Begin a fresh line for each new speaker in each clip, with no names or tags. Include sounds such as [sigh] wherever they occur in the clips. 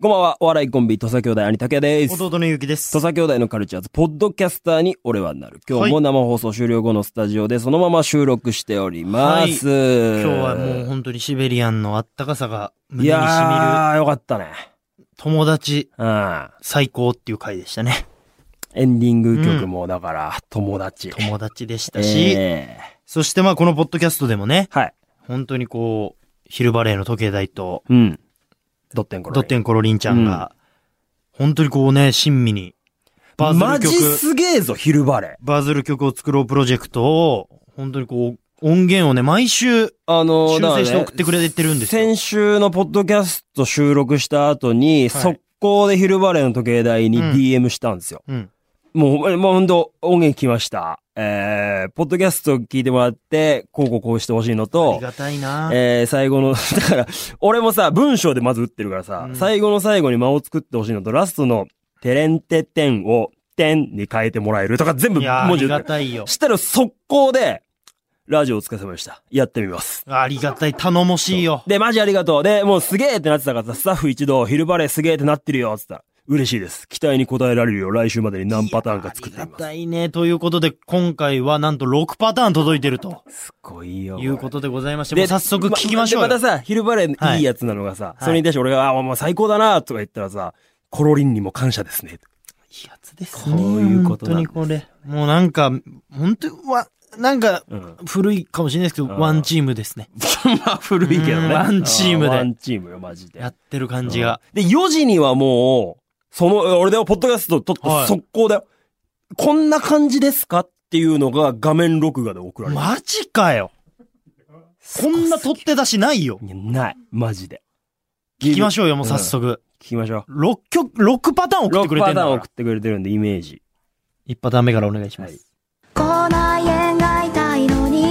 こんばんは、お笑いコンビ、土佐兄弟、兄竹です。土
弟のゆうきです。
佐兄弟のカルチャーズ、ポッドキャスターに俺はなる。今日も生放送終了後のスタジオでそのまま収録しております。
今日はもう
う、
本当にシベリアンのあったかさが
い
胸に染みる
やー、よかったね。
友達
うん。
最高っていう回でし
[laughs]
たね。
エンディング曲も、だから、友達。
友達でしたし、
え
そしてまあこのポッドキャストでもね、
ーはい。
本当にこう、昼バレーの時計台と、
うん。ドッテンコロリ
ドッテンコロリンちゃんが、本当にこうね、親身に、バズ
マ
る
ジ
曲、
すげえぞ、昼バレ。
バズる曲を作ろうプロジェクトを、本当にこう、音源をね、毎週、
あの
修正して送ってくれてるんですよ
先週のポッドキャスト収録した後に、
はい
速攻で昼バレーの時計台に
うん
DM したんですよ。
うん、
もうほんまに、もうほんと、音源来ました。えー、ポッドキャスト聞いてもらって、こうこうこうしてほしいの
あり
と、
がたいな
えー、最後の、 [laughs] だから、俺もさ、文章でまず打ってるからさ、
うん
最後の最後に間を作ってほしいのと、ラストの、てれんてってんを、てんに変えてもらえるとか、全部
いやーあ
文字
り
打っ
が
てる。
たいよ。
したら速攻で、ラジオお疲れ様でした。やってみます。
ありがたい、頼もしいよ。
で、マジありがとう。で、もうすげえってなってたからさ、スタッフ一同、昼バレーすげえってなってるよ、つったら、嬉しいです。期待に応えられるよう、来週までに何パターンか作ってみ
ありが
ます。
たいね。ということで、今回はなんと6パターン届いてると
すごいよ。
いうことでございまして、もう早速聞きましょう
でま
よ。
たさ、昼バレ
は
ー
い
いいやつなのがさ、
い
それに対して俺が、あ、もう最高だな、とか言ったらさ、コロリンにも感謝ですね。
いいやつです
ねこういうことなんです
本当にこれ。もうなんか、本当にわ、なんか、 [laughs]
うん。
古いかもしれないですけど、
うん
ワンチームですね。
まあ古いけど
う
ね。
んワンチームで
あワンチームよ、マジで。
やってる感じが。
で、4時にはもう、その、俺だよ、ポッドキャスト撮って
はい
速攻だよ。こんな感じですかっていうのが画面録画で送られる。
マジかよ。こんな取って出しないよ。
いやない。マジで。
聞きまし
ょ
ょうよ、もう早速。
う。聞きましょ
6曲、6パターン
う。
送って
6
くれて
パ
ん
タ
だ
ーン
から
送っ。てくれてるんで、イメージ。
1パターン目からお願いします。
口内炎が痛いのに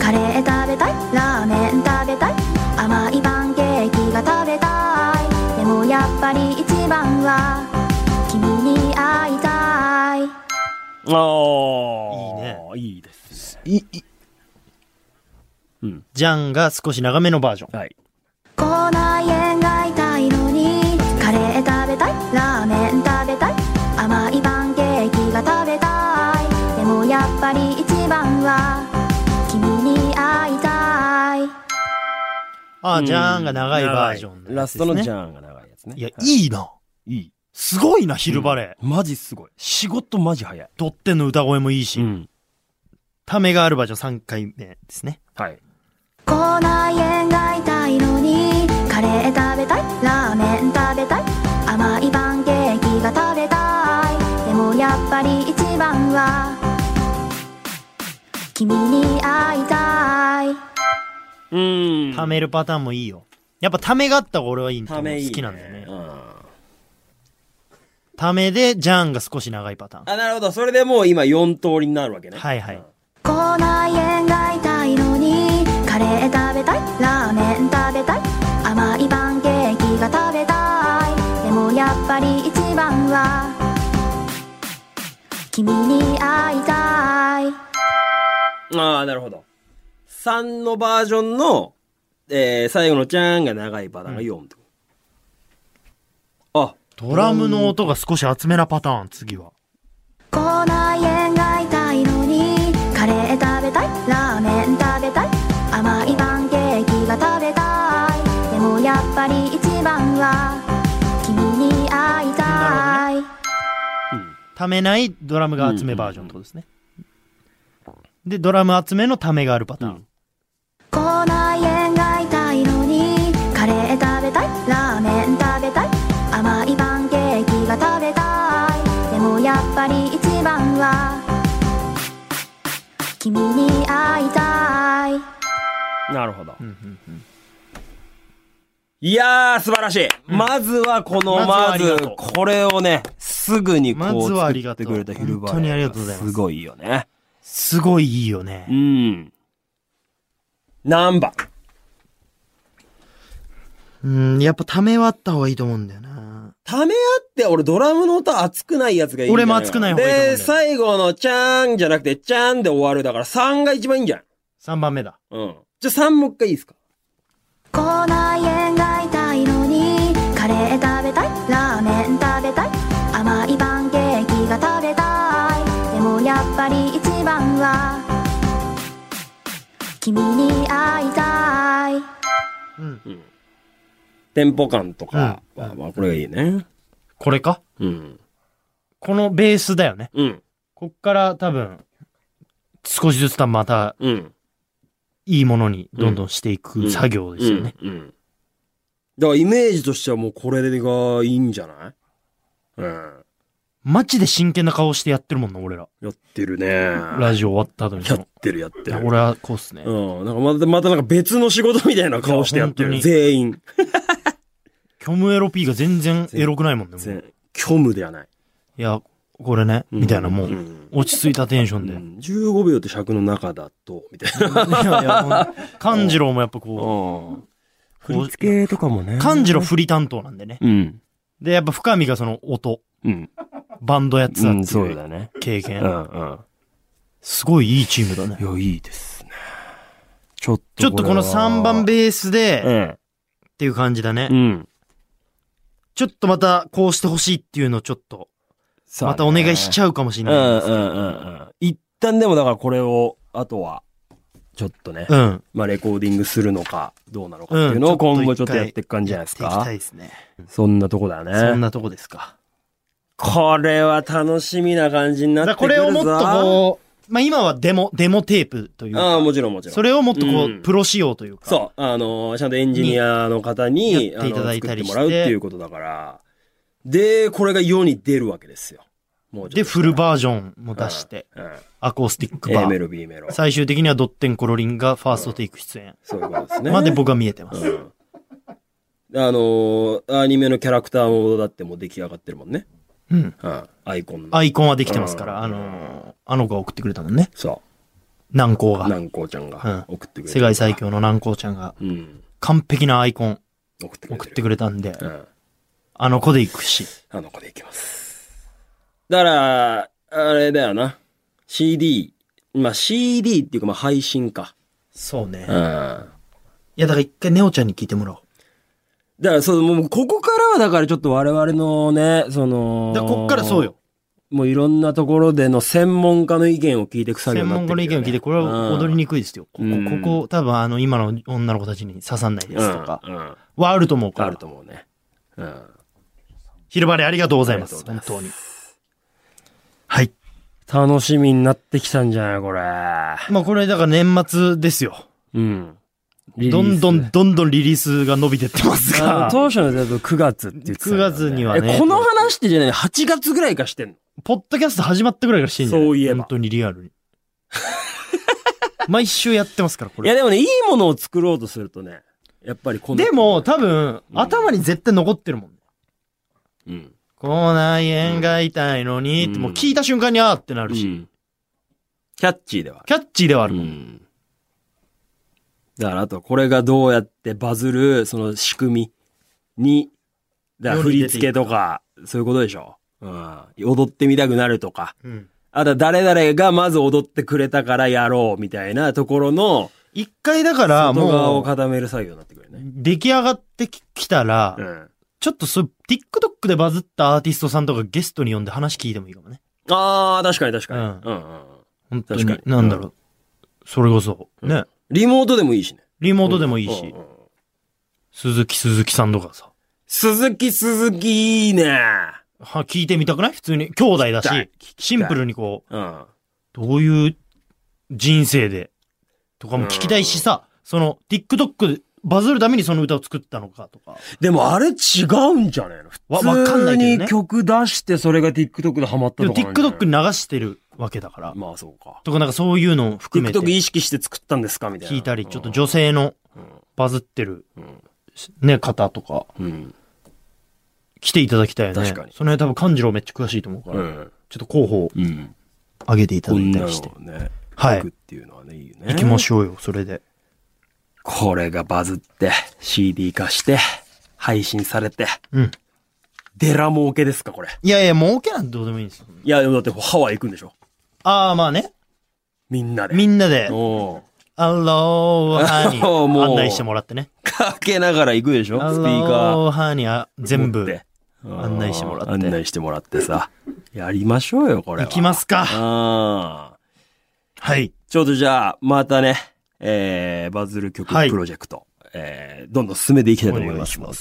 カレー食べたいラーメン食べたい甘いパンケーキが食べたいでもやっぱり一番は君に会いたい
ああ。
い
いいね。いいです。
い、い、
うん。
ジャンが少し長めのバージョン。
はい。
口内炎が痛いのにカレー食べたいラーメン食べたい甘いパンケーキが食べたいでもやっぱり一番は君に会いたい
ああ、ジャーンが長いバージョン、
長いラストのジ
ン。
ャーンが長いやつね。
いや、
い。
いいな。
いい。
すごいな、昼バレー。
マジすごい。仕事マジ早い。
ドッテンの歌声もいいし、
ん。
ためがあるバージョン3回目ですね。
はい。
口内炎が痛いのにカレー食べたいラーメン食べたい甘いパンケーキが食べたいでもやっぱり一番は君に会いたい
うん
ためるパターンもいいよ。やっぱためがあった方が俺はいいんだ
た
よ
めいい、
好きなんだよね
う。
ためで、ジャーンが少し長いパターン。
あ、なるほど。それでもう今4通りになるわけね。
はいはい。
口内炎が痛いのにカレー食べたいラーメン食べたい甘いパンケーキが食べたいでもやっぱり一番は君に会いたい
ああ、なるほど。3のバージョンの、えー、最後のチャーンが長いパターンが4と。あ、
ドラムの音が少し厚めなパターン、次は。
口内炎が痛いのにカレー食べたいラーメン食べたい甘いパンケーキが食べたいでもやっぱり一番は君に会いたい、
ためないドラムが厚めバージョンってことですね。で、ドラム厚めのためがあるパターン。
うん
口内炎が痛いのにカレー食べたいラーメン食べたい甘いパンケーキが食べたいでもやっぱり一番は君に会いたい
なるほど。
うんうんうん
いやー、素晴らしい、まずはこの、ま
まずは
ず
ありがとう、
これをね、すぐにこ
ま
う、
ずはあ
作
り
っ
がと
て
う
くれた昼バレー
本当にありがとうございます
すごいよね。
すごいいいよね。
うん。何番
うん、やっぱためはあった方がいいと思うんだよな。
ためあって、俺ドラムの音熱くないやつがいいんじゃ
俺も熱くない方がいいと思うんだ
で、
よ
最後のチャーンじゃなくて、チャーンで終わる。だから3が一番いいんじゃん。
3番目だ。
うん。じゃあ3もう一回いいですか
口内炎が痛いのにカレー食べたい君に会いたい
うん。
テンポ感とかは、まあこれがいいね。
これか
うん。
このベースだよね。
うん。
こっから多分、少しずつ多分また
うん。
いいものにどんどんしていく作業ですよね。
うん。うん。だからイメージとしてはもうこれがいいんじゃないうん。
マジで真剣な顔してやってるもんな、俺ら。
やってるね。
ラジオ終わった後に
や
そ
っ
の。
てるやって
いや
る。
俺はこうっすね。
うん。なんかまた、またなんか別の仕事みたいな顔してやって
いや
る。
本当
全員。
キョムエロ P が全然エロくないもんね。もう
全員。虚無ではない。
いや、これね、みたいなも
う、
うん落ち着いたテンショ
う
ンで。
ん15秒って尺の中だと、みたいな。
いやいや、
[laughs]
もう勘次郎もやっぱこ
振り付けとかもね
う、。勘次郎振り担当なんでね。
うん。
で、やっぱ深見がその音、
うん。
バンドやって
う
たって
ん、そ
いうう
だね。
経
う
験。
ん、うん。
すごいいいチームだね
い。や、いいですね。ちょっと。
ちょっとこの3番
目。
ベースで、
え
っていう感じだ
え。う
ね。
ん。
ちょっとまたこうしてほしいっていうのをちょっと、またお願いし
ゃ
ちゃうかもしれ
う
ない
ん、
です
う
け
ん、うん、うん。一旦でもだからこれを、あとは、ちょっとね、
ど。うん。
まあレコーディングするのか、どうなのかっていうの
う
を
んちょっと
今後ちょっとやっていく感じじゃないです
やっていき
か
たい。ですね。
そんなとこだね。
そんなとこですか。
これは楽しみな感じにな
だ
っ
か
て
ら
く
こ
るぞ。
れをもっとこう、まあ今はデモ、デモテープという
ああ、
か、
もちろんもちろん。
それをもっとこ
う
う、
ん
プロ仕様というか。
そう。あの、ちゃんとエンジニアの方に、
に
あ
やっていた
の
だい
作
た
っ
り
て
して
もらうっていうことだから。で、これが世に出るわけですよ。もうちょ
で、
っと
フルバージョンも出して、
うん。うん
アコースティック
A
バ
メ
ー。
ロ、B メロ。
最終的にはドッテンコロリンがファーストテイク出演。
そういうことですね。
まで僕は見えてま
う
す。
ん。あの、アニメのキャラクターもだってもう出来上がってるもんね。
うん。
うん。アイコンの。
アイコンはできてますか
う
ら、
ん
あのー、あの子が送ってくれたもんね。
そ
南光
う。
が。
南光ちゃんが
うん
送ってくれて
世界最。強の南光ちゃんが
うん。
完璧なアイコン
送ってくれて
送
る
ってくれたんで、
うん。
あの子で行くし。
あの子でいきます。だから、あれだよな。CD。まあ、CD っていうか、まあ、配信か。
そうね。
うん。だ
いや、だから一回ネオちゃんに聞いてもらおう。
から、そう、もう、ここからは、だからちょっと我々のね、その、
だからこっからそうよ。。
もういろんなところでの専門家の意見を聞いていく作業
専
になっ
門
て
家の意見を聞いて、これは踊りにくいですよ。ここ
うん、
ここ、多分あの、今の女の子たちに刺さんない
く
ですとか、
うん。うん
はあると思うか
あ
ら
る。と思うね。うん。
昼晴れありがとうございます。
あり
本
がとう
当
ござい
に。はい。
楽しみになってきたんじゃないこれ。
まあこれだから年末ですよ。
うん。
どんど
リリースね
ん、どんどんリリースが伸びてってます
あの
が、
当初のやつ9月って言ってたんだよ、
9月にはね
えこの話ってじゃない ?8 月ぐらいかしてんの
ポッドキャスト始まったぐらいからしてんじゃない
そういえば
本当にリアルに。 [laughs] 毎週やってますから、こ
いや
れ。
でもね、いいものを作ろうとするとね、やっぱりこの。
でも、多分、
うん
頭に絶対残ってるもん。
うん。
こない縁が痛いのに、
うん
ってもう聞いた瞬間にあーってな
あ
るし、
キャッチーではあ
キャッチーではある
る。
もん。
ん。だから、あと、これがどうやってバズる、その仕組みに、だから振り付けとか、そういうことでしょ。うん。踊ってみたくなるとか。
うん
あと、誰々がまず踊ってくれたからやろう、みたいなところの、
一回だから、
外側
も
を
う、
固める作業になってくるね。
出来上がってききたら、
うん。
ちょっとそう、TikTok でバズったアーティストさんとかゲストに呼んで話聞いてもいいかもね。
ああ、確かに確かに。
う
うんんうんうん。
本当に。
確かに
なんだろう。それこそ、ね。
リモートでもいいしね。
リモートでもいいし、
うんうんうん
鈴木鈴木さんとかさ。
鈴木鈴木いいね。
は、聞いてみたくない普通に。兄弟
聞
だ
きたい
し
聞、
シンプルにこう、
うん。
どういう人生で、とかも聞きたいしさ、その、TikTok でバズるためにその歌を作ったのかとか。
でもあれ違うんじゃねえの普
わ
通
わかんないけどね
に曲出してそれが TikTok でハマった
でも
とかなんじゃない。
TikTok に流してるわけだから。
まあそうか。
とかなんかそういうのを含めて
TikTok 意識して作ったんですかみたいな。
聞いたり、ちょっと女性のバズってる
うん。
ね、方とか、
うん。
来ていただきたいよね。
確かに
その辺多分勘次郎めっちゃ詳しいと思うか
う
ら、
ん。
ちょっと候補を
うん。
上げていただい
女
たり
の
して。
ね、
はい
曲っていうのはね、いいよね。
行きましょうよ、それで。
これがバズって、CD 化して、配信されて、
うん。
デラ儲けですか、これ。
いやいや、儲けなんてどうでもいいんですよ。
いや、でもだってハワイ行くんでしょ
ああ、まあね。
みんなで。
みんなで、
おう
アローハに
あ [laughs] もう
案内してもらってね。
かけながら行くでしょ
ア
スピーカー。
ローハにあ全
持っ
部
てうん
案内してもらって
案内してもらって
[laughs]
さ。やりましょうよ、これは。
行きますか。
ああ。
はい。
ちょっとじゃあ、またね、えー、バズる曲
はい
プロジェクト、えー、どんどん進めていきたいと思いますので。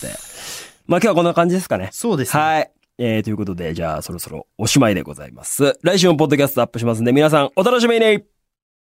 まあ今日はこんな感じですかね。
そうですね。
はい。えー、ということで、じゃあそろそろおしまいでございます。来週もポッドキャストアップしますんで、皆さんお楽しみに